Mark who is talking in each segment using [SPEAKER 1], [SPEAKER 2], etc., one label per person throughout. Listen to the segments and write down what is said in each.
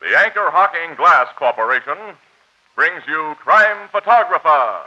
[SPEAKER 1] The Anchor Hocking Glass Corporation brings you Crime Photographer.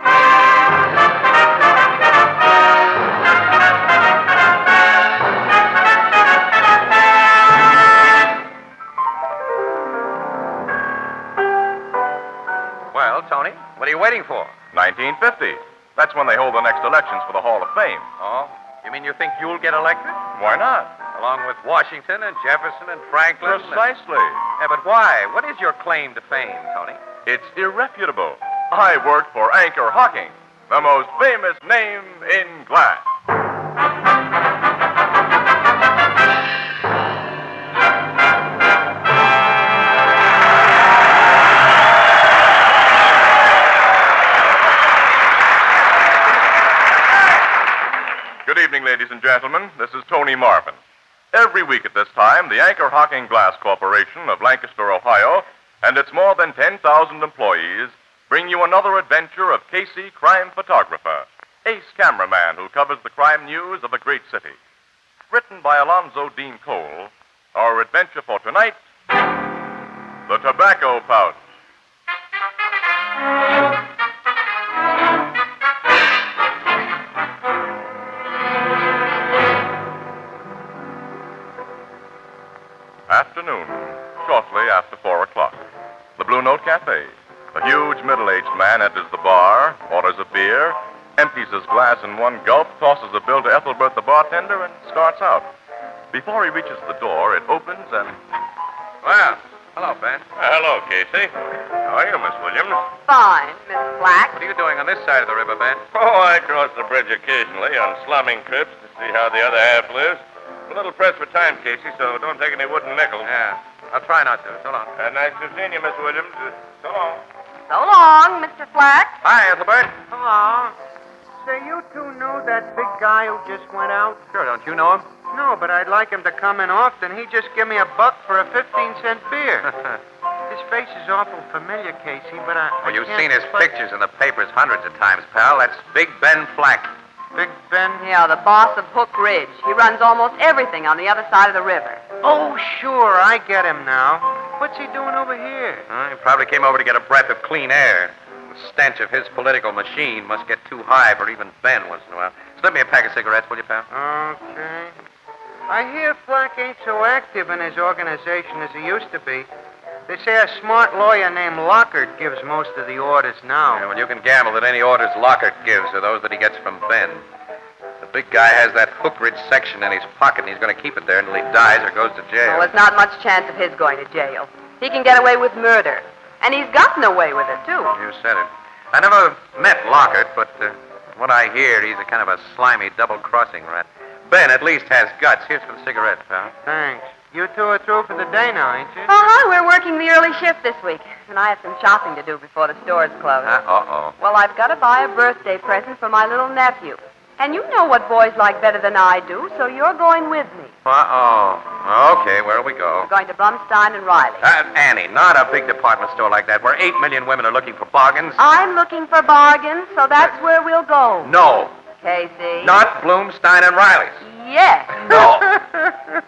[SPEAKER 2] Well, Tony, what are you waiting for?
[SPEAKER 1] 1950. That's when they hold the next elections for the Hall of Fame.
[SPEAKER 2] Oh, you mean you think you'll get elected?
[SPEAKER 1] Why not?
[SPEAKER 2] Along with Washington and Jefferson and Franklin. and-
[SPEAKER 1] Precisely.
[SPEAKER 2] Yeah, but why? What is your claim to fame, Tony?
[SPEAKER 1] It's irrefutable. I worked for Anchor Hocking, the most famous name in glass. Good evening, ladies and gentlemen. This is Tony Marvin. Every week at this time, the Anchor Hocking Glass Corporation of Lancaster, Ohio, and its more than 10,000 employees bring you another adventure of Casey, crime photographer, ace cameraman who covers the crime news of a great city. Written by Alonzo Dean Cole, our adventure for tonight The Tobacco Pouch. Afternoon, shortly after four o'clock. The Blue Note Cafe. A huge middle aged man enters the bar, orders a beer, empties his glass in one gulp, tosses a bill to Ethelbert the bartender, and starts out. Before he reaches the door, it opens and.
[SPEAKER 2] Well, hello, Ben.
[SPEAKER 1] Hello, Casey. How are you, Miss Williams?
[SPEAKER 3] Fine, Miss Black.
[SPEAKER 2] What are you doing on this side of the river, Ben?
[SPEAKER 1] Oh, I cross the bridge occasionally on slumming trips to see how the other half lives. A little pressed for time, Casey, so don't take any wooden nickels.
[SPEAKER 2] Yeah, I'll try not to. So long.
[SPEAKER 1] Uh, nice to have seen you, Miss Williams. Uh, so long.
[SPEAKER 3] So long, Mr. Flack.
[SPEAKER 2] Hi, Ethelbert.
[SPEAKER 4] Hello. Say, you two know that big guy who just went out?
[SPEAKER 2] Sure, don't you know him?
[SPEAKER 4] No, but I'd like him to come in often. He just give me a buck for a 15 cent beer. His face is awful familiar, Casey, but I. I
[SPEAKER 2] Well, you've
[SPEAKER 4] can't
[SPEAKER 2] seen his
[SPEAKER 4] place-
[SPEAKER 2] pictures in the papers hundreds of times, pal. That's Big Ben Flack.
[SPEAKER 4] Big Ben?
[SPEAKER 3] Yeah, the boss of Hook Ridge. He runs almost everything on the other side of the river.
[SPEAKER 4] Oh, sure, I get him now. What's he doing over here?
[SPEAKER 2] Uh, he probably came over to get a breath of clean air. The stench of his political machine must get too high for even Ben once in a while. Slip me a pack of cigarettes, will you, pal?
[SPEAKER 4] Okay. I hear Flack ain't so active in his organization as he used to be. They say a smart lawyer named Lockhart gives most of the orders now.
[SPEAKER 2] Yeah, well, you can gamble that any orders Lockhart gives are those that he gets from Ben. The big guy has that Hook Ridge section in his pocket, and he's going to keep it there until he dies or goes to jail.
[SPEAKER 3] Well, there's not much chance of his going to jail. He can get away with murder. And he's gotten away with it, too.
[SPEAKER 2] You said it. I never met Lockhart, but uh, what I hear, he's a kind of a slimy, double-crossing rat. Ben at least has guts. Here's for the cigarette, pal.
[SPEAKER 4] Thanks. You two are through for the day now, ain't you?
[SPEAKER 3] Uh-huh, we're working the early shift this week. And I have some shopping to do before the stores close.
[SPEAKER 2] Uh, uh-oh.
[SPEAKER 3] Well, I've got to buy a birthday present for my little nephew. And you know what boys like better than I do, so you're going with me.
[SPEAKER 2] Uh-oh. Okay, where'll we go?
[SPEAKER 3] We're going to Blumstein and Riley.
[SPEAKER 2] Uh, Annie, not a big department store like that where eight million women are looking for bargains.
[SPEAKER 3] I'm looking for bargains, so that's where we'll go.
[SPEAKER 2] No,
[SPEAKER 3] Casey.
[SPEAKER 2] not Bloomstein and Riley's.
[SPEAKER 3] Yes.
[SPEAKER 2] No.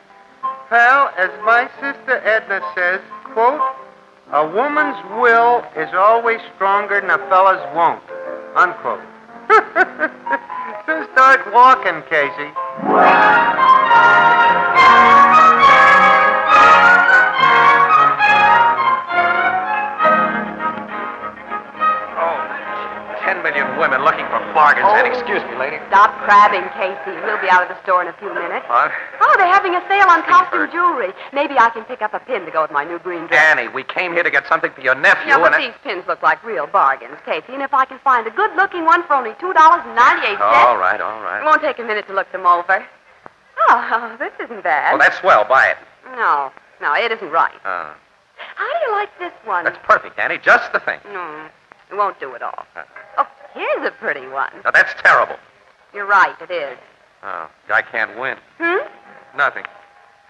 [SPEAKER 4] Pal, as my sister Edna says, quote, a woman's will is always stronger than a fella's won't, unquote. Just start walking, Casey.
[SPEAKER 2] oh, ten million women looking for bargains.
[SPEAKER 3] Oh.
[SPEAKER 2] Annie, excuse me, lady.
[SPEAKER 3] Stop crabbing, Casey. We'll be out of the store in a few minutes.
[SPEAKER 2] What?
[SPEAKER 3] Oh, they're having a sale on costume jewelry. Maybe I can pick up a pin to go with my new green dress.
[SPEAKER 2] Annie, we came here to get something for your nephew.
[SPEAKER 3] Yeah,
[SPEAKER 2] and
[SPEAKER 3] but
[SPEAKER 2] I-
[SPEAKER 3] these pins look like real bargains, Casey. And if I can find a good-looking one for only two dollars and ninety-eight
[SPEAKER 2] All
[SPEAKER 3] cents,
[SPEAKER 2] right, all right.
[SPEAKER 3] it won't take a minute to look them over. Oh, this isn't bad.
[SPEAKER 2] Well, that's swell. Buy it.
[SPEAKER 3] No, no, it isn't right.
[SPEAKER 2] Uh,
[SPEAKER 3] How do you like this one?
[SPEAKER 2] that's perfect, Annie. Just the thing.
[SPEAKER 3] No, it won't do at all.
[SPEAKER 2] Uh.
[SPEAKER 3] Oh, here's a pretty one.
[SPEAKER 2] Now, that's terrible.
[SPEAKER 3] You're right, it is.
[SPEAKER 2] Oh, I can't win.
[SPEAKER 3] Hmm?
[SPEAKER 2] Nothing.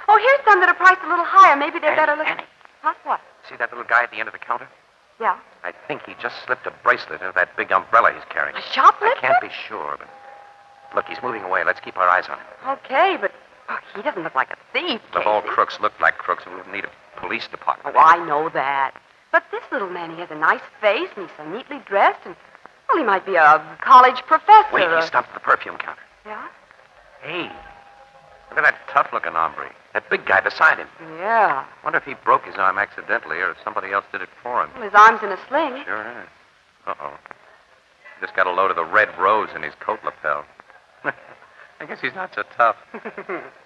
[SPEAKER 3] Oh, here's some that are priced a little higher. Maybe they're
[SPEAKER 2] Annie,
[SPEAKER 3] better looking.
[SPEAKER 2] Annie.
[SPEAKER 3] Huh? What?
[SPEAKER 2] See that little guy at the end of the counter?
[SPEAKER 3] Yeah.
[SPEAKER 2] I think he just slipped a bracelet into that big umbrella he's carrying.
[SPEAKER 3] A
[SPEAKER 2] I
[SPEAKER 3] shoplifter?
[SPEAKER 2] can't be sure, but look, he's moving away. Let's keep our eyes on him.
[SPEAKER 3] Okay, but oh, he doesn't look like a thief.
[SPEAKER 2] If all
[SPEAKER 3] Casey.
[SPEAKER 2] crooks looked like crooks, we wouldn't need a police department.
[SPEAKER 3] Oh, I know that. But this little man, he has a nice face, and he's so neatly dressed, and, well, he might be a college professor.
[SPEAKER 2] Wait,
[SPEAKER 3] or-
[SPEAKER 2] he stopped at the perfume counter.
[SPEAKER 3] Yeah?
[SPEAKER 2] Hey, look at that tough-looking hombre. That big guy beside him.
[SPEAKER 3] Yeah.
[SPEAKER 2] Wonder if he broke his arm accidentally or if somebody else did it for him.
[SPEAKER 3] Well, his arm's in a sling.
[SPEAKER 2] Sure is. Uh-oh. Just got a load of the red rose in his coat lapel. I guess he's not so tough.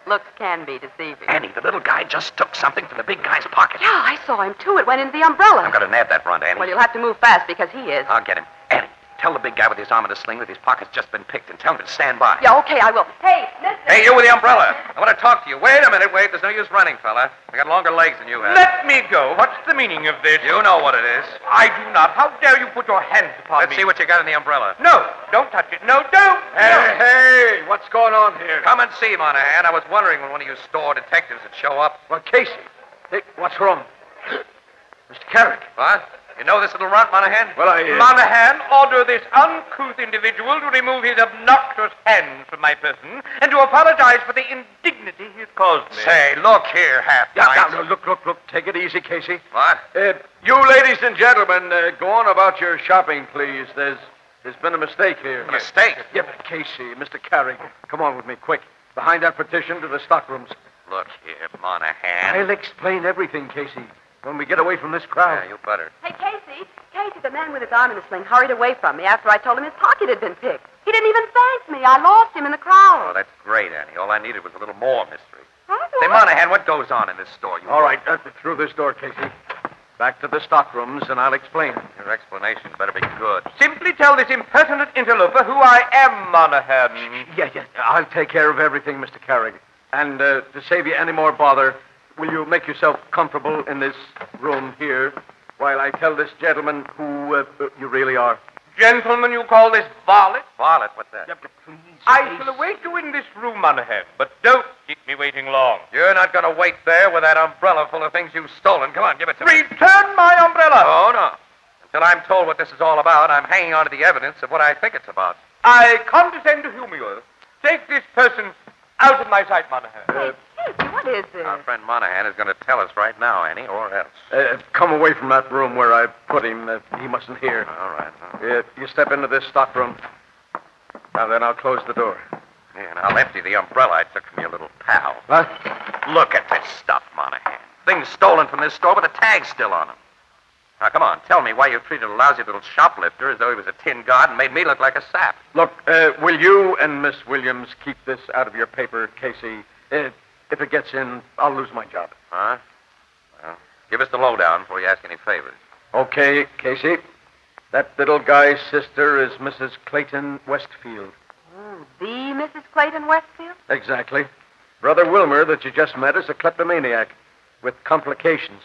[SPEAKER 3] Looks can be deceiving.
[SPEAKER 2] Annie, the little guy just took something from the big guy's pocket.
[SPEAKER 3] Yeah, I saw him, too. It went into the umbrella.
[SPEAKER 2] I'm gonna nab that runt, Annie.
[SPEAKER 3] Well, you'll have to move fast because he is.
[SPEAKER 2] I'll get him. Annie, tell the big guy with his arm in a sling that his pocket's just been picked and tell him to stand by.
[SPEAKER 3] Yeah, okay, I will. Hey, listen.
[SPEAKER 2] Hey, you with the umbrella. I want to talk to you. Wait a minute, wait. There's no use running, fella. I got longer legs than you have.
[SPEAKER 4] Let me go. What's the meaning of this?
[SPEAKER 2] You know what it is.
[SPEAKER 4] I do not. How dare you put your hands upon
[SPEAKER 2] Let's
[SPEAKER 4] me?
[SPEAKER 2] see what you got in the umbrella.
[SPEAKER 4] No, don't touch it. No, don't. no.
[SPEAKER 2] hey,
[SPEAKER 4] what's going on here?
[SPEAKER 2] Come and see, Monahan. I was wondering when one of you store detectives would show up.
[SPEAKER 4] Well, Casey, hey, what's wrong? Mr. Carrick.
[SPEAKER 2] What? You know this little runt, Monahan?
[SPEAKER 4] Well, I. Uh...
[SPEAKER 5] Monahan, order this uncouth individual to remove his obnoxious hands from my person and to apologize for the indignity he has caused me.
[SPEAKER 2] Say, look here, half
[SPEAKER 4] Yeah,
[SPEAKER 2] pints.
[SPEAKER 4] now, look, look, look. Take it easy, Casey.
[SPEAKER 2] What?
[SPEAKER 4] Uh, you ladies and gentlemen, uh, go on about your shopping, please. There's there's been a mistake here.
[SPEAKER 2] A mistake.
[SPEAKER 4] Yeah, but Casey, Mr. Carrick, come on with me, quick. Behind that petition to the stockrooms.
[SPEAKER 2] Look here, Monahan.
[SPEAKER 4] I'll explain everything, Casey, when we get away from this crowd.
[SPEAKER 2] Yeah, you better.
[SPEAKER 3] Hey, Casey. Casey, the man with his arm in a sling hurried away from me after I told him his pocket had been picked. He didn't even thank me. I lost him in the
[SPEAKER 2] Oh,
[SPEAKER 3] crowd.
[SPEAKER 2] that's great, Annie. All I needed was a little more mystery.
[SPEAKER 3] Huh?
[SPEAKER 2] Say, Monahan, what goes on in this store? You
[SPEAKER 4] All right, uh, through this door, Casey. Back to the stockrooms, and I'll explain.
[SPEAKER 2] Your explanation better be good.
[SPEAKER 5] Simply tell this impertinent interloper who I am, Monahan.
[SPEAKER 4] Yeah, yeah, I'll take care of everything, Mr. Carrig. And uh, to save you any more bother, will you make yourself comfortable in this room here while I tell this gentleman who uh, you really are?
[SPEAKER 5] Gentlemen, you call this varlet?
[SPEAKER 2] Varlet, what's that?
[SPEAKER 5] I shall await you in this room, Monahan, but don't keep me waiting long.
[SPEAKER 2] You're not going to wait there with that umbrella full of things you've stolen. Come on, give it to me.
[SPEAKER 5] Return my umbrella.
[SPEAKER 2] Oh, no. Until I'm told what this is all about, I'm hanging on to the evidence of what I think it's about.
[SPEAKER 5] I condescend to humor you. Take this person out of my sight, Monahan.
[SPEAKER 4] Uh,
[SPEAKER 3] Hey, Casey, what is this?
[SPEAKER 2] Our friend Monahan is going to tell us right now, Annie, or else.
[SPEAKER 4] Uh, come away from that room where I put him. Uh, he mustn't hear.
[SPEAKER 2] All right. all right.
[SPEAKER 4] Uh, you step into this stockroom. Now then, I'll close the door.
[SPEAKER 2] Yeah, and I'll empty the umbrella I took from your little pal.
[SPEAKER 4] What?
[SPEAKER 2] Look at this stuff, Monahan. Things stolen from this store with the tags still on them. Now, come on, tell me why you treated a lousy little shoplifter as though he was a tin god and made me look like a sap.
[SPEAKER 4] Look, uh, will you and Miss Williams keep this out of your paper, Casey? Uh, if it gets in, I'll lose my job.
[SPEAKER 2] Huh? Well, give us the lowdown before you ask any favors.
[SPEAKER 4] Okay, Casey. That little guy's sister is Mrs. Clayton Westfield.
[SPEAKER 3] Hmm, the Mrs. Clayton Westfield?
[SPEAKER 4] Exactly. Brother Wilmer that you just met is a kleptomaniac with complications.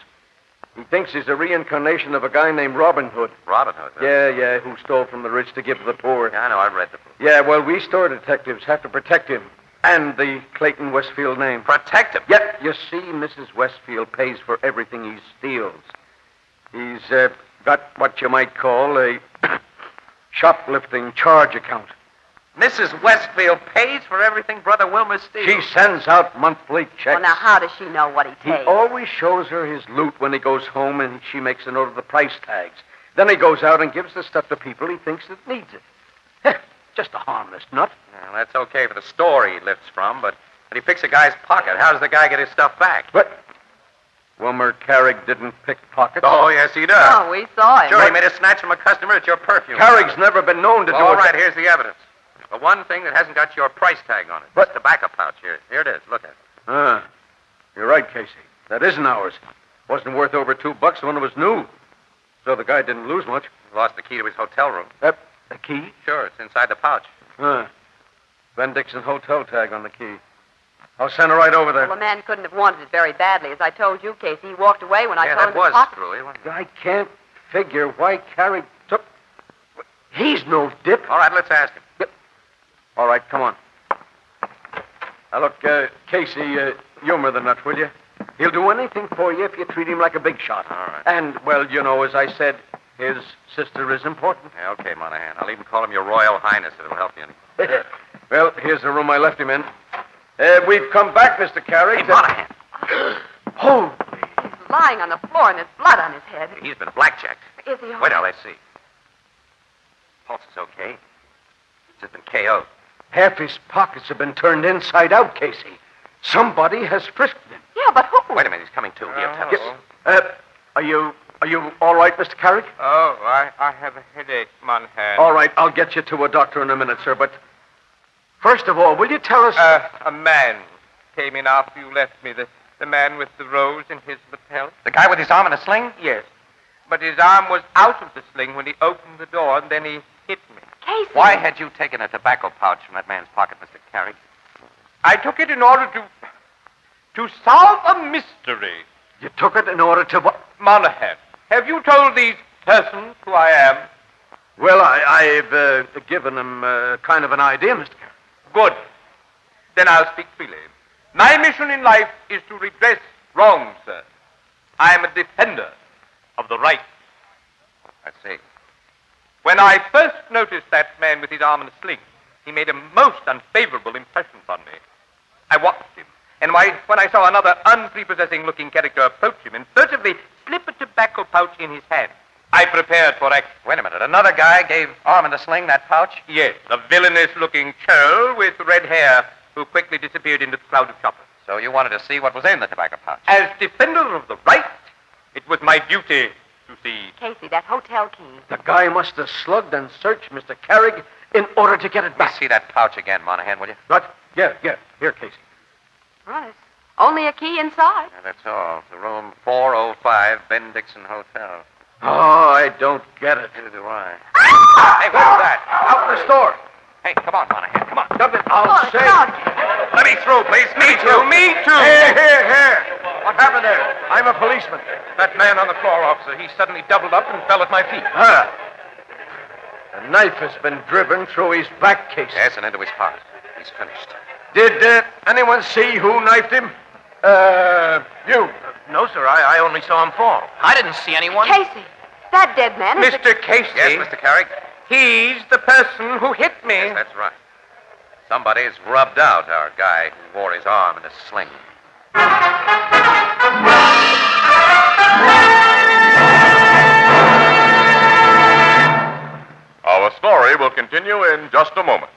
[SPEAKER 4] He thinks he's a reincarnation of a guy named Robin Hood.
[SPEAKER 2] Robin Hood. huh?
[SPEAKER 4] Yeah, yeah, who stole from the rich to give to the poor.
[SPEAKER 2] Yeah, I know. I read the book.
[SPEAKER 4] Yeah, well, we store detectives have to protect him and the Clayton Westfield name.
[SPEAKER 2] Protect him.
[SPEAKER 4] Yep, you see, Mrs. Westfield pays for everything he steals. He's uh, got what you might call a shoplifting charge account.
[SPEAKER 2] Mrs. Westfield pays for everything Brother Wilmer steals.
[SPEAKER 4] She sends out monthly
[SPEAKER 3] Well,
[SPEAKER 4] checks.
[SPEAKER 3] now, how does she know what he
[SPEAKER 4] he
[SPEAKER 3] takes?
[SPEAKER 4] always shows her his loot when he goes home, and she makes a note of the price tags. Then he goes out and gives the stuff to people he thinks that needs it. Heh, Just a harmless nut.
[SPEAKER 2] Well, that's okay for the store he lifts from, but when he picks a guy's pocket, how does the guy get his stuff back?
[SPEAKER 4] But Wilmer Carrig didn't pick pockets.
[SPEAKER 2] Oh, yes, he does.
[SPEAKER 3] Oh, we saw him.
[SPEAKER 2] Sure, he made a snatch from a customer at your perfume.
[SPEAKER 4] Carrig's never been known to do
[SPEAKER 2] All
[SPEAKER 4] it.
[SPEAKER 2] right, here's the evidence. The one thing that hasn't got your price tag on it.
[SPEAKER 4] What?
[SPEAKER 2] This tobacco pouch here. Here it is. Look at it.
[SPEAKER 4] Ah, you're right, Casey. That isn't ours. Wasn't worth over two bucks when it was new. So the guy didn't lose much.
[SPEAKER 2] Lost the key to his hotel room.
[SPEAKER 4] The key?
[SPEAKER 2] Sure, it's inside the pouch.
[SPEAKER 4] Ah. Van Dixon hotel tag on the key. I'll send her right over
[SPEAKER 3] Well,
[SPEAKER 4] there.
[SPEAKER 3] the man couldn't have wanted it very badly. As I told you, Casey, he walked away when I
[SPEAKER 2] yeah,
[SPEAKER 3] told
[SPEAKER 2] that
[SPEAKER 3] him his
[SPEAKER 2] was
[SPEAKER 3] pocket.
[SPEAKER 2] screwy. wasn't it?
[SPEAKER 4] I can't figure why Carrig took. He's no dip.
[SPEAKER 2] All right, let's ask him.
[SPEAKER 4] All right, come on. Now, look, uh, Casey, uh, humor the nut, will you? He'll do anything for you if you treat him like a big shot.
[SPEAKER 2] All right.
[SPEAKER 4] And, well, you know, as I said, his sister is important.
[SPEAKER 2] Yeah, okay, Monahan. I'll even call him your Royal Highness if it'll help you any.
[SPEAKER 4] well, here's the room I left him in. Uh, we've come back, Mr. Carrick.
[SPEAKER 2] Hey, Monahan.
[SPEAKER 4] Oh,
[SPEAKER 3] lying on the floor and there's blood on his head.
[SPEAKER 2] He's been blackjacked.
[SPEAKER 3] Is he all
[SPEAKER 2] Wait till I see. Pulse is okay. He's just been KO'd.
[SPEAKER 4] Half his pockets have been turned inside out, Casey. Somebody has frisked him.
[SPEAKER 3] Yeah, but who?
[SPEAKER 2] Wait a minute, he's coming to. He'll tell us.
[SPEAKER 5] Oh.
[SPEAKER 4] Uh, are you are you all right, Mr. Carrick?
[SPEAKER 5] Oh, I, I have a headache, Monahan.
[SPEAKER 4] All right, I'll get you to a doctor in a minute, sir. But first of all, will you tell us?
[SPEAKER 5] Uh, a man came in after you left me. The, the man with the rose in his lapel.
[SPEAKER 2] The guy with his arm in a sling?
[SPEAKER 5] Yes. But his arm was out of the sling when he opened the door, and then he hit me.
[SPEAKER 3] Casey.
[SPEAKER 2] Why had you taken a tobacco pouch from that man's pocket, Mr. Carrick?
[SPEAKER 5] I took it in order to. to solve a mystery.
[SPEAKER 4] you took it in order to. wha-
[SPEAKER 5] Monahan, have you told these persons who I am?
[SPEAKER 4] Well, I, I've uh, given him uh, kind of an idea, Mr. Carrick.
[SPEAKER 5] Good. Then I'll speak freely. My mission in life is to redress wrongs, sir. I am a defender of the right.
[SPEAKER 2] I see.
[SPEAKER 5] When I first noticed that man with his arm in a sling, he made a most unfavorable impression upon me. I watched him, and why- when I saw another unprepossessing looking character approach him and furtively slip a tobacco pouch in his hand, I prepared for action.
[SPEAKER 2] Wait a minute. Another guy gave arm in a sling that pouch?
[SPEAKER 5] Yes, a villainous looking churl with red hair who quickly disappeared into the crowd of shoppers.
[SPEAKER 2] So you wanted to see what was in the tobacco pouch?
[SPEAKER 5] As defender of the right, it was my duty to see.
[SPEAKER 3] Casey, that hotel key.
[SPEAKER 4] The guy must have slugged and searched Mr. Carrig in order to get it
[SPEAKER 2] Let me
[SPEAKER 4] back.
[SPEAKER 2] see that pouch again, Monahan, will you?
[SPEAKER 4] But yeah, yeah, here, Casey.
[SPEAKER 3] Well, there's only a key inside.
[SPEAKER 2] Yeah, that's all. To room 405, Ben Dixon Hotel.
[SPEAKER 4] Oh, I don't get it.
[SPEAKER 2] Neither do I. Ah! hey, what was that?
[SPEAKER 4] Out in the store.
[SPEAKER 2] Hey, come on, Monahan, come on.
[SPEAKER 4] Dump it.
[SPEAKER 3] Come on,
[SPEAKER 4] I'll
[SPEAKER 3] come
[SPEAKER 4] say.
[SPEAKER 3] on, Casey.
[SPEAKER 2] Let me through, please. Me too, me too.
[SPEAKER 4] Here, here, here. What happened there? I'm a policeman.
[SPEAKER 2] That man on the floor, officer, he suddenly doubled up and fell at my feet.
[SPEAKER 4] Huh. A knife has been driven through his back, Casey.
[SPEAKER 2] Yes, and into his pocket. He's finished.
[SPEAKER 4] Did uh, anyone see who knifed him? Uh, you.
[SPEAKER 2] No, sir, I, I only saw him fall.
[SPEAKER 6] I didn't see anyone.
[SPEAKER 3] Casey, that dead man is
[SPEAKER 5] Mr. Casey,
[SPEAKER 2] Yes, Mr. Carrick?
[SPEAKER 5] he's the person who hit me.
[SPEAKER 2] Yes, that's right. Somebody's rubbed out our guy who wore his arm in a sling.
[SPEAKER 1] Our story will continue in just a moment.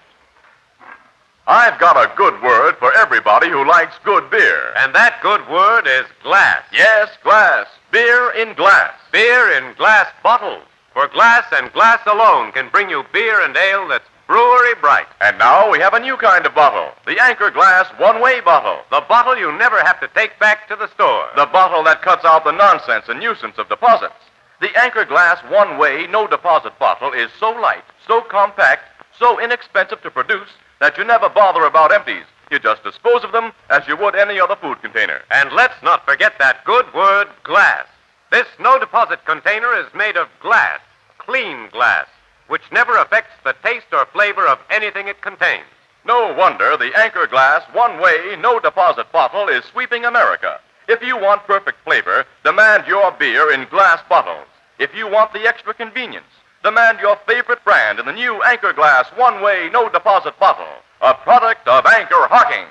[SPEAKER 1] I've got a good word for everybody who likes good beer.
[SPEAKER 2] And that good word is glass.
[SPEAKER 1] Yes, glass. Beer in glass.
[SPEAKER 2] Beer in glass bottles. For glass and glass alone can bring you beer and ale that's brewery bright.
[SPEAKER 1] And now we have a new kind of bottle the Anchor Glass one way bottle.
[SPEAKER 2] The bottle you never have to take back to the store.
[SPEAKER 1] The bottle that cuts out the nonsense and nuisance of deposits. The Anchor Glass one way, no deposit bottle is so light, so compact, so inexpensive to produce that you never bother about empties. You just dispose of them as you would any other food container.
[SPEAKER 2] And let's not forget that good word, glass. This no deposit container is made of glass, clean glass, which never affects the taste or flavor of anything it contains.
[SPEAKER 1] No wonder the Anchor Glass one way, no deposit bottle is sweeping America. If you want perfect flavor, demand your beer in glass bottles. If you want the extra convenience, demand your favorite brand in the new Anchor Glass one way, no deposit bottle, a product of Anchor Hocking.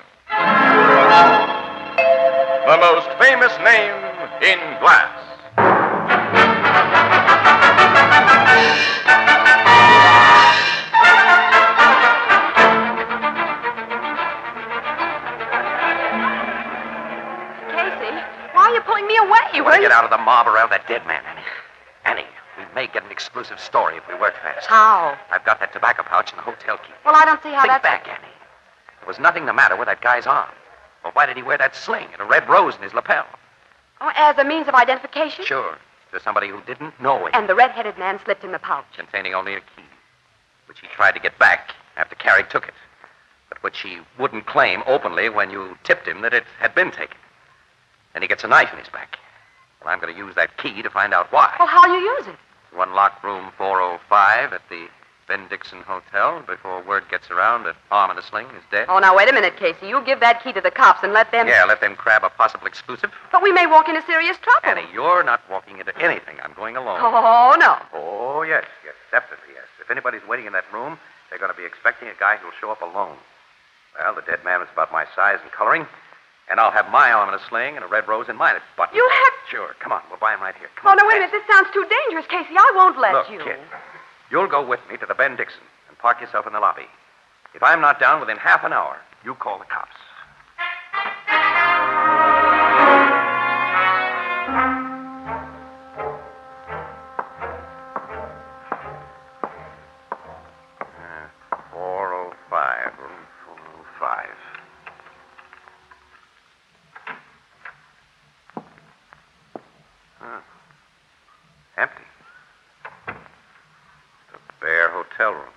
[SPEAKER 1] The most famous name in glass.
[SPEAKER 3] Casey, why are you pulling me away?
[SPEAKER 2] We want
[SPEAKER 3] Where
[SPEAKER 2] to
[SPEAKER 3] you...
[SPEAKER 2] get out of the mob around that dead man, Annie. Annie, we may get an exclusive story if we work fast.
[SPEAKER 3] How?
[SPEAKER 2] I've got that tobacco pouch and the hotel key.
[SPEAKER 3] Well, I don't see how
[SPEAKER 2] Think
[SPEAKER 3] that's...
[SPEAKER 2] back, Annie. There was nothing the matter with that guy's arm. Well, why did he wear that sling and a red rose in his lapel?
[SPEAKER 3] Oh, as a means of identification?
[SPEAKER 2] Sure, to somebody who didn't know him.
[SPEAKER 3] And the red-headed man slipped in the pouch.
[SPEAKER 2] containing only a key, which he tried to get back after Carrick took it, but which he wouldn't claim openly when you tipped him that it had been taken. Then he gets a knife in his back. Well, I'm going to use that key to find out why.
[SPEAKER 3] Well, how'll you use it?
[SPEAKER 2] To unlock room 405 at the Ben Dixon Hotel before word gets around that Arm in a Sling is dead.
[SPEAKER 3] Oh, now, wait a minute, Casey. You give that key to the cops and let them...
[SPEAKER 2] Yeah, let them crab a possible exclusive.
[SPEAKER 3] But we may walk into serious trouble.
[SPEAKER 2] Annie, you're not walking into anything. I'm going alone.
[SPEAKER 3] Oh, no.
[SPEAKER 2] Oh, yes, yes, definitely, yes. If anybody's waiting in that room, they're going to be expecting a guy who'll show up alone. Well, the dead man was about my size and coloring, and I'll have my arm in a sling and a red rose in mine. But
[SPEAKER 3] You have
[SPEAKER 7] Sure. Come on. We'll buy him right here. Come
[SPEAKER 3] Oh,
[SPEAKER 7] on.
[SPEAKER 3] no, wait a minute. This sounds too dangerous, Casey. I won't let
[SPEAKER 7] Look,
[SPEAKER 3] you.
[SPEAKER 7] kid, you'll go with me to the Ben Dixon and park yourself in the lobby. If I'm not down within half an hour, you call the cops. Uh, 405, room 405. Huh. Empty. The bare hotel room.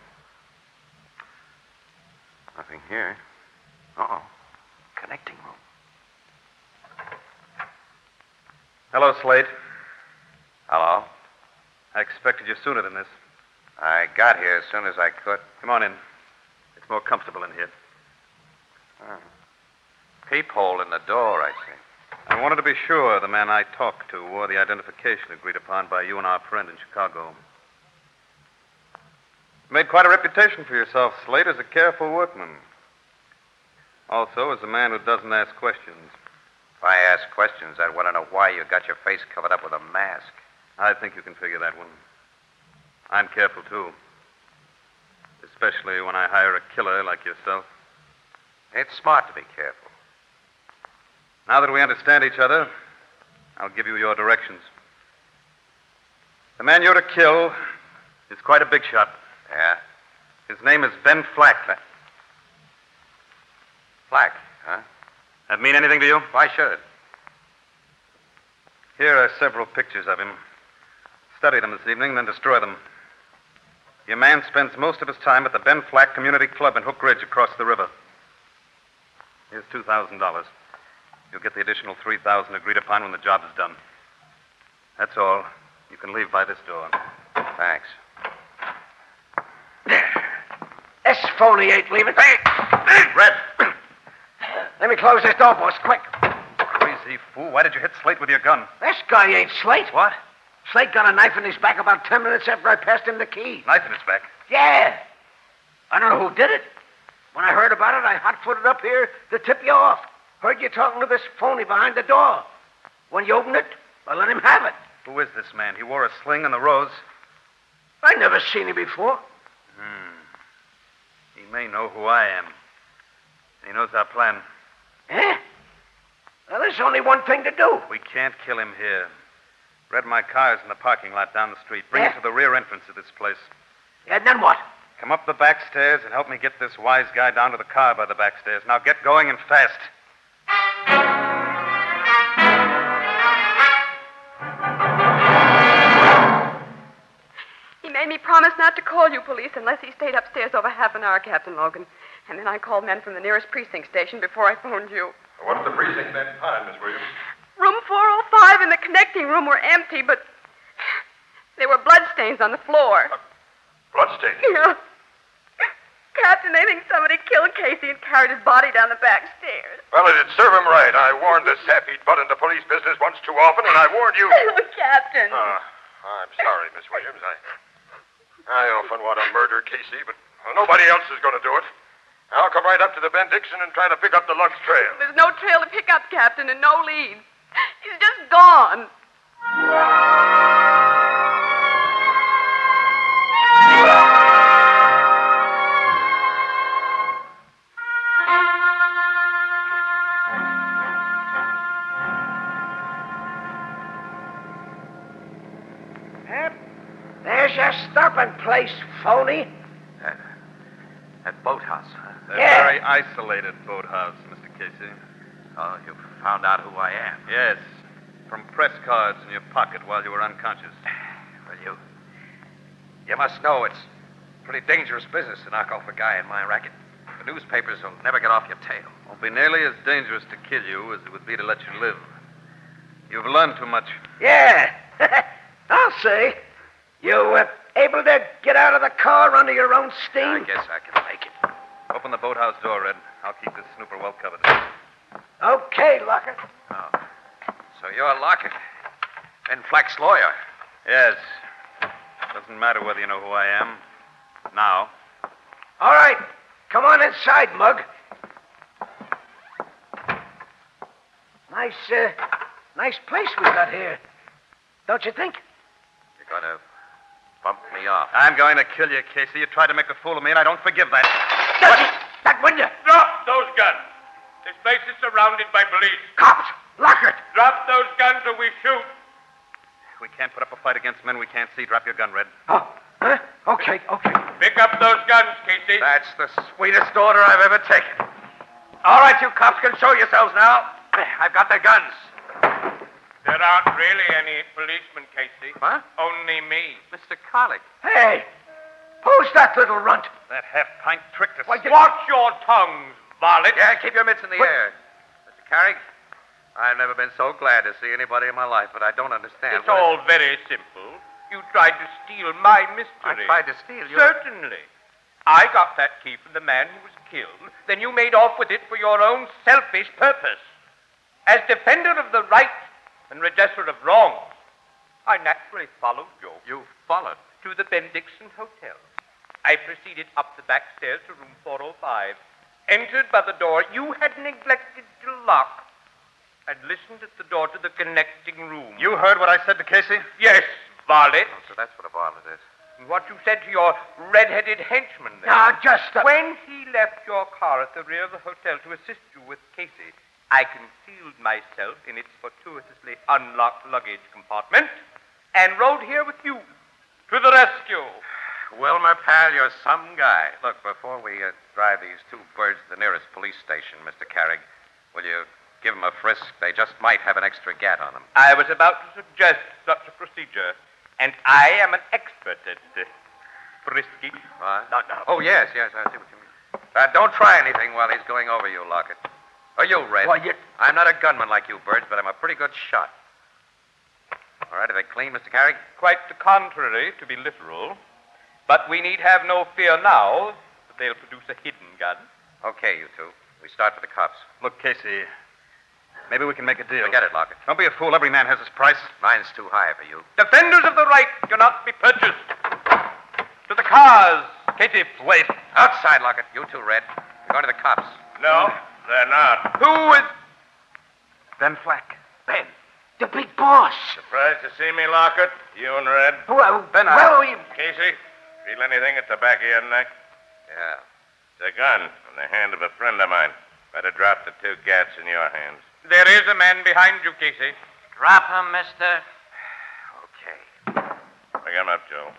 [SPEAKER 7] Nothing here. Uh oh. Connecting room.
[SPEAKER 2] Hello, Slate.
[SPEAKER 7] Hello.
[SPEAKER 2] I expected you sooner than this.
[SPEAKER 7] I got here as soon as I could.
[SPEAKER 2] Come on in. It's more comfortable in here.
[SPEAKER 7] Hmm. Peephole in the door, I see.
[SPEAKER 2] I wanted to be sure the man I talked to wore the identification agreed upon by you and our friend in Chicago. You made quite a reputation for yourself, Slate, as a careful workman. Also, as a man who doesn't ask questions.
[SPEAKER 7] If I ask questions, I'd want to know why you got your face covered up with a mask.
[SPEAKER 2] I think you can figure that one. I'm careful, too. Especially when I hire a killer like yourself.
[SPEAKER 7] It's smart to be careful.
[SPEAKER 2] Now that we understand each other, I'll give you your directions. The man you're to kill is quite a big shot.
[SPEAKER 7] Yeah?
[SPEAKER 2] His name is Ben Flack.
[SPEAKER 7] Black, huh?
[SPEAKER 2] That mean anything to you?
[SPEAKER 7] Why should it?
[SPEAKER 2] Here are several pictures of him. Study them this evening, then destroy them. Your man spends most of his time at the Ben Flack Community Club in Hook Ridge across the river. Here's two thousand dollars. You'll get the additional three thousand agreed upon when the job is done. That's all. You can leave by this door.
[SPEAKER 7] Thanks.
[SPEAKER 4] Exfoliate, leave it.
[SPEAKER 2] Red,
[SPEAKER 4] Let me close this door, boss, quick.
[SPEAKER 2] crazy fool! Why did you hit Slate with your gun?
[SPEAKER 4] This guy ain't Slate.
[SPEAKER 2] What?
[SPEAKER 4] Slate got a knife in his back about ten minutes after I passed him the key.
[SPEAKER 2] Knife in his back.
[SPEAKER 4] Yeah. I don't know who did it. When I heard about it, I hot footed up here to tip you off. Heard you talking to this phony behind the door. When you open it, I let him have it.
[SPEAKER 2] Who is this man? He wore a sling and the rose.
[SPEAKER 4] I never seen him before.
[SPEAKER 2] He may know who I am. He knows our plan.
[SPEAKER 4] Eh? Well, there's only one thing to do.
[SPEAKER 2] We can't kill him here. Red, my car's in the parking lot down the street. Bring it to the rear entrance of this place.
[SPEAKER 4] And then what?
[SPEAKER 2] Come up the back stairs and help me get this wise guy down to the car by the back stairs. Now get going and fast.
[SPEAKER 3] He made me promise not to call you police unless he stayed upstairs over half an hour, Captain Logan. And then I called men from the nearest precinct station before I phoned you.
[SPEAKER 1] What did the precinct then find, Miss Williams?
[SPEAKER 3] Room 405 and the connecting room were empty, but there were bloodstains on the floor.
[SPEAKER 1] Bloodstains.
[SPEAKER 3] Yeah. Captain, they think somebody killed Casey and carried his body down the back stairs.
[SPEAKER 1] Well, it'd serve him right. I warned this sap he'd butt into police business once too often, and I warned you.
[SPEAKER 3] Oh, Captain.
[SPEAKER 1] Ah, I'm sorry, Miss Williams. I, I often want to murder Casey, but well, nobody else is going to do it. I'll come right up to the Ben Dixon and try to pick up the Lux trail.
[SPEAKER 3] There's no trail to pick up, Captain, and no leads. He's just gone.
[SPEAKER 4] Yep. There's your stopping place, phony.
[SPEAKER 7] That boathouse, huh?
[SPEAKER 2] They're
[SPEAKER 4] Yeah.
[SPEAKER 2] very isolated boathouse, Mr. Casey.
[SPEAKER 7] Oh, you found out who I am.
[SPEAKER 2] Yes. From press cards in your pocket while you were unconscious.
[SPEAKER 7] Well, you. You must know it's pretty dangerous business to knock off a guy in my racket. The newspapers will never get off your tail.
[SPEAKER 2] Won't be nearly as dangerous to kill you as it would be to let you live. You've learned too much.
[SPEAKER 4] Yeah. I'll say. You uh, able to get out of the car under your own
[SPEAKER 7] I
[SPEAKER 4] steam?
[SPEAKER 7] guess I can make it.
[SPEAKER 2] Open the boathouse door, Red. I'll keep this snooper well covered.
[SPEAKER 4] Okay, Locker.
[SPEAKER 7] Oh. So you're Lockett, Ben Flack's lawyer.
[SPEAKER 2] Yes. Doesn't matter whether you know who I am. Now.
[SPEAKER 4] All right. Come on inside, Mug. Nice, uh,
[SPEAKER 8] Nice place we got here. Don't you think?
[SPEAKER 2] You're going to bump me off.
[SPEAKER 6] I'm going to kill you, Casey. You tried to make a fool of me, and I don't forgive that.
[SPEAKER 8] That window.
[SPEAKER 5] Drop those guns. This place is surrounded by police.
[SPEAKER 8] Cops. Lockhart.
[SPEAKER 5] Drop those guns or we shoot.
[SPEAKER 6] We can't put up a fight against men we can't see. Drop your gun, Red.
[SPEAKER 8] Oh. Huh? Okay, okay.
[SPEAKER 5] Pick up those guns, Casey.
[SPEAKER 2] That's the sweetest order I've ever taken. All right, you cops can show yourselves now. I've got their guns.
[SPEAKER 5] There aren't really any policemen, Casey.
[SPEAKER 2] What?
[SPEAKER 5] Only me.
[SPEAKER 2] Mr. Carlick.
[SPEAKER 8] Hey! Who's that little runt?
[SPEAKER 6] That half pint tricked us.
[SPEAKER 5] Watch your tongues, varlet.
[SPEAKER 2] Yeah, keep your mitts in the air. Mr. Carrick, I've never been so glad to see anybody in my life, but I don't understand.
[SPEAKER 5] It's
[SPEAKER 2] what it-
[SPEAKER 5] all very simple. You tried to steal my
[SPEAKER 6] I
[SPEAKER 5] mystery.
[SPEAKER 6] tried to steal you.
[SPEAKER 5] Certainly. I got that key from the man who was killed. Then you made off with it for your own selfish purpose. As defender of the right and redresser of wrongs, I naturally followed you.
[SPEAKER 2] You followed.
[SPEAKER 5] to the Ben Dixon Hotel. I proceeded up the back stairs to room 405, entered by the door you had neglected to lock, and listened at the door to the connecting room.
[SPEAKER 6] You heard what I said to Casey?
[SPEAKER 5] Yes, varlet.
[SPEAKER 2] Oh, so that's what a varlet is.
[SPEAKER 5] And What you said to your red-headed henchman there.
[SPEAKER 8] Now, just a...
[SPEAKER 5] When he left your car at the rear of the hotel to assist you with Casey, I concealed myself in its fortuitously unlocked luggage compartment and rode here with you to the rescue.
[SPEAKER 2] Wilmer Pal, you're some guy. Look, before we uh, drive these two birds to the nearest police station, Mr. Carrig, will you give them a frisk? They just might have an extra gat on them.
[SPEAKER 5] I was about to suggest such a procedure, and I am an expert at this. Frisky.
[SPEAKER 2] What?
[SPEAKER 5] No, no.
[SPEAKER 2] Oh, yes, yes, I see what you mean. Uh, don't try anything while he's going over you, Lockett. Or you, Red.
[SPEAKER 8] Why, you...
[SPEAKER 2] I'm not a gunman like you, Birds, but I'm a pretty good shot. All right, are they clean, Mr. Carrig?
[SPEAKER 5] Quite the contrary, to be literal. But we need have no fear now that they'll produce a hidden gun.
[SPEAKER 2] Okay, you two. We start for the cops.
[SPEAKER 6] Look, Casey, maybe we can make a deal.
[SPEAKER 2] Forget it, Lockett.
[SPEAKER 6] Don't be a fool. Every man has his price.
[SPEAKER 2] Mine's too high for you.
[SPEAKER 5] Defenders of the right cannot be purchased. To the cars, Katie, wait.
[SPEAKER 2] Outside, Lockett. You two, Red. We're going to the cops.
[SPEAKER 1] No, they're not.
[SPEAKER 5] Who is
[SPEAKER 6] Ben Flack.
[SPEAKER 8] The big boss.
[SPEAKER 1] Surprised to see me, Lockett? You and Red?
[SPEAKER 8] Well,
[SPEAKER 6] Ben, I-
[SPEAKER 8] well, you...
[SPEAKER 1] Casey, feel anything at the back of your neck?
[SPEAKER 2] Yeah.
[SPEAKER 1] It's a gun in the hand of a friend of mine. Better drop the two gats in your hands.
[SPEAKER 5] there? Is a man behind you, Casey?
[SPEAKER 9] Drop him, mister.
[SPEAKER 2] Okay.
[SPEAKER 1] Bring him up, Joe.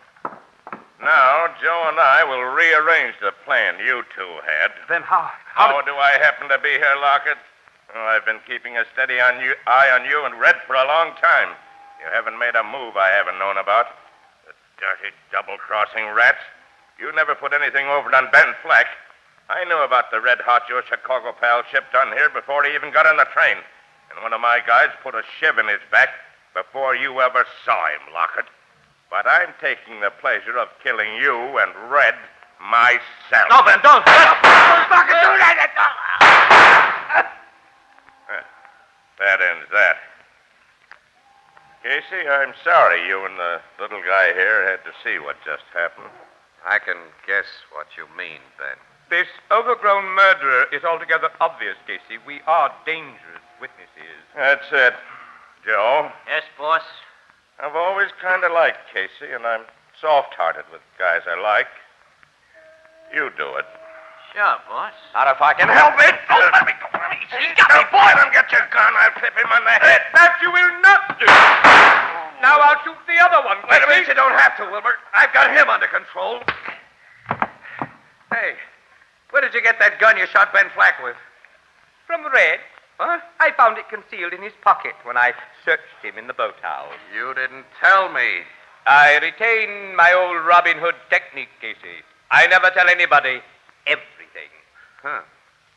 [SPEAKER 1] Now, Joe and I will rearrange the plan you two had.
[SPEAKER 6] Then how?
[SPEAKER 1] How do I happen to be here, Lockett? Oh, I've been keeping a steady on you, eye on you and Red for a long time. You haven't made a move I haven't known about. The dirty, double-crossing rats. You never put anything over on Ben Fleck. I knew about the red-hot your Chicago pal shipped on here before he even got on the train. And one of my guys put a shiv in his back before you ever saw him, Lockett. But I'm taking the pleasure of killing you and Red myself.
[SPEAKER 5] No, Ben, don't.
[SPEAKER 1] That ends that. Casey, I'm sorry you and the little guy here had to see what just happened.
[SPEAKER 2] I can guess what you mean, Ben.
[SPEAKER 5] This overgrown murderer is altogether obvious, Casey. We are dangerous witnesses.
[SPEAKER 1] That's it. Joe,
[SPEAKER 9] Yes, boss.
[SPEAKER 1] I've always kind of liked Casey, and I'm soft hearted with guys I like. You do it.
[SPEAKER 9] Sure, boss.
[SPEAKER 2] Not if I can
[SPEAKER 1] Help it! Don't let me go. Let me. He's got me. Boy, let him get your gun. I'll clip him on the head.
[SPEAKER 5] That you will not do. Now I'll shoot the other one.
[SPEAKER 2] Wait a
[SPEAKER 5] Casey.
[SPEAKER 2] minute. You don't have to, Wilbur. I've got him under control. Hey, where did you get that gun you shot Ben Flack with?
[SPEAKER 5] From Red.
[SPEAKER 2] Huh?
[SPEAKER 5] I found it concealed in his pocket when I searched him in the boathouse.
[SPEAKER 2] You didn't tell me.
[SPEAKER 5] I retain my old Robin Hood technique, Casey. I never tell anybody everything.
[SPEAKER 2] Huh.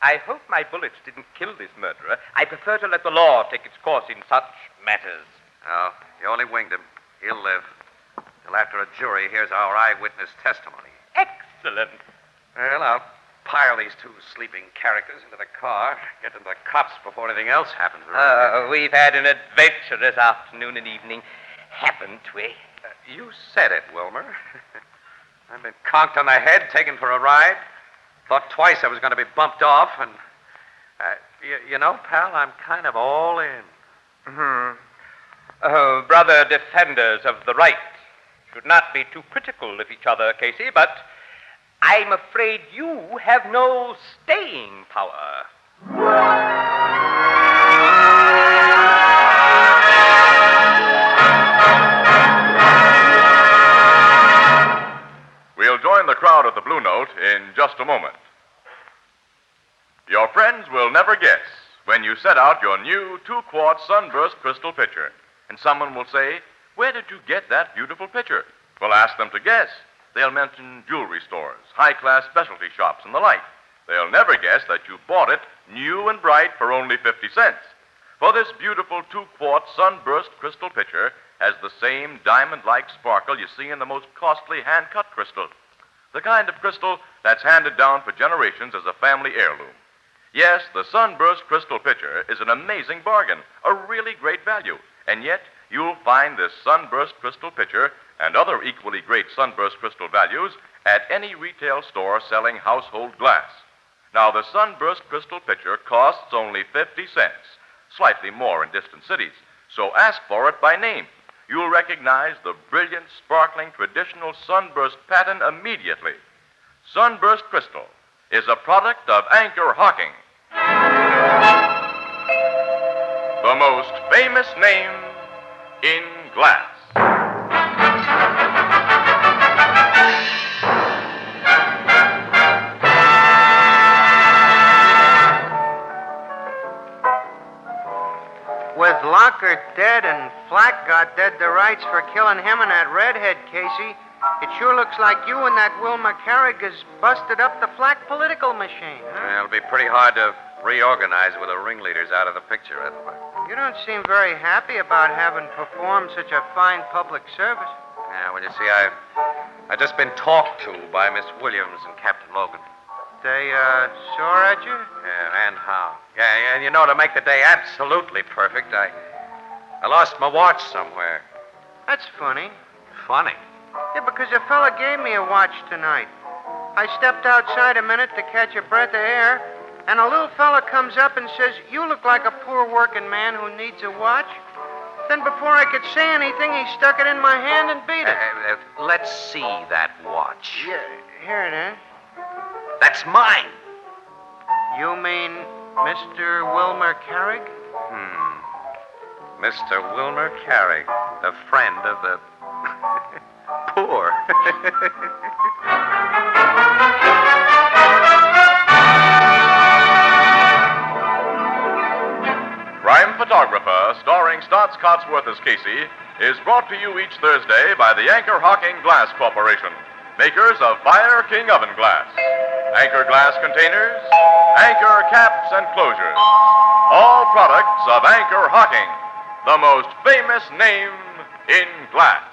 [SPEAKER 5] I hope my bullets didn't kill this murderer. I prefer to let the law take its course in such matters.
[SPEAKER 2] No, you only winged him. He'll live. Till after a jury hears our eyewitness testimony.
[SPEAKER 5] Excellent.
[SPEAKER 2] Well, I'll pile these two sleeping characters into the car, get them to the cops before anything else happens. around
[SPEAKER 5] Oh, we've had an adventurous afternoon and evening, haven't we?
[SPEAKER 2] here. you said it, Wilmer. I've been conked on the head, taken for a ride. Thought twice I was going to be bumped off, and. Uh, you, you know, pal, I'm kind of all in.
[SPEAKER 5] Hmm. Oh, brother defenders of the right should not be too critical of each other, Casey, but I'm afraid you have no staying power.
[SPEAKER 1] We'll join the crowd at the Blue Note in just a moment. Your friends will never guess when you set out your new two quart sunburst crystal pitcher. And someone will say, Where did you get that beautiful pitcher? We'll ask them to guess. They'll mention jewelry stores, high class specialty shops, and the like. They'll never guess that you bought it new and bright for only 50 cents. For this beautiful two quart sunburst crystal pitcher has the same diamond like sparkle you see in the most costly hand cut crystal. The kind of crystal that's handed down for generations as a family heirloom. Yes, the Sunburst Crystal Pitcher is an amazing bargain, a really great value. And yet, you'll find this Sunburst Crystal Pitcher and other equally great Sunburst Crystal values at any retail store selling household glass. Now, the Sunburst Crystal Pitcher costs only 50 cents, slightly more in distant cities. So ask for it by name. You'll recognize the brilliant, sparkling, traditional Sunburst pattern immediately. Sunburst Crystal is a product of Anchor Hawking. The most famous name in glass.
[SPEAKER 9] With Lockhart dead and Flack got dead to rights for killing him and that redhead, Casey, it sure looks like you and that Wilma Carrig has busted up the Flack political machine. huh?
[SPEAKER 2] It'll be pretty hard to reorganize with the ringleaders out of the picture, Ethelbert.
[SPEAKER 9] You don't seem very happy about having performed such a fine public service.
[SPEAKER 2] Yeah, well, you see, I've, I've just been talked to by Miss Williams and Captain Logan.
[SPEAKER 9] They, uh, sore at you?
[SPEAKER 2] Yeah, and how? Yeah, yeah, and you know, to make the day absolutely perfect, I, I lost my watch somewhere.
[SPEAKER 9] That's funny.
[SPEAKER 2] Funny.
[SPEAKER 9] Yeah, because a fella gave me a watch tonight. I stepped outside a minute to catch a breath of air, and a little fella comes up and says, You look like a poor working man who needs a watch. Then before I could say anything, he stuck it in my hand and beat it.
[SPEAKER 2] Uh, uh, let's see that watch.
[SPEAKER 9] Yeah, here it is.
[SPEAKER 2] That's mine.
[SPEAKER 9] You mean Mr. Wilmer Carrig?
[SPEAKER 2] Hmm. Mr. Wilmer Carrig, the friend of the poor.
[SPEAKER 1] Crime Photographer, starring Stotts Cotsworth as Casey, is brought to you each Thursday by the Anchor Hawking Glass Corporation, makers of Fire King Oven Glass, Anchor Glass Containers, Anchor Caps and Closures. All products of Anchor Hawking, the most famous name in glass.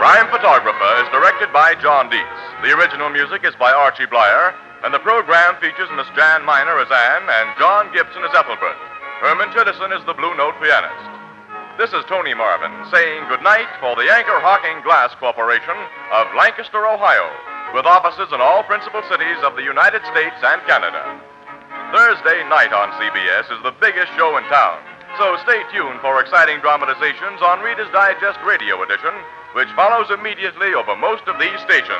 [SPEAKER 1] Crime Photographer is directed by John Dietz. The original music is by Archie Blyer, and the program features Miss Jan Miner as Anne and John Gibson as Ethelbert. Herman Chittison is the Blue Note pianist. This is Tony Marvin saying goodnight for the Anchor Hawking Glass Corporation of Lancaster, Ohio, with offices in all principal cities of the United States and Canada. Thursday night on CBS is the biggest show in town, so stay tuned for exciting dramatizations on Reader's Digest Radio Edition, which follows immediately over most of these stations.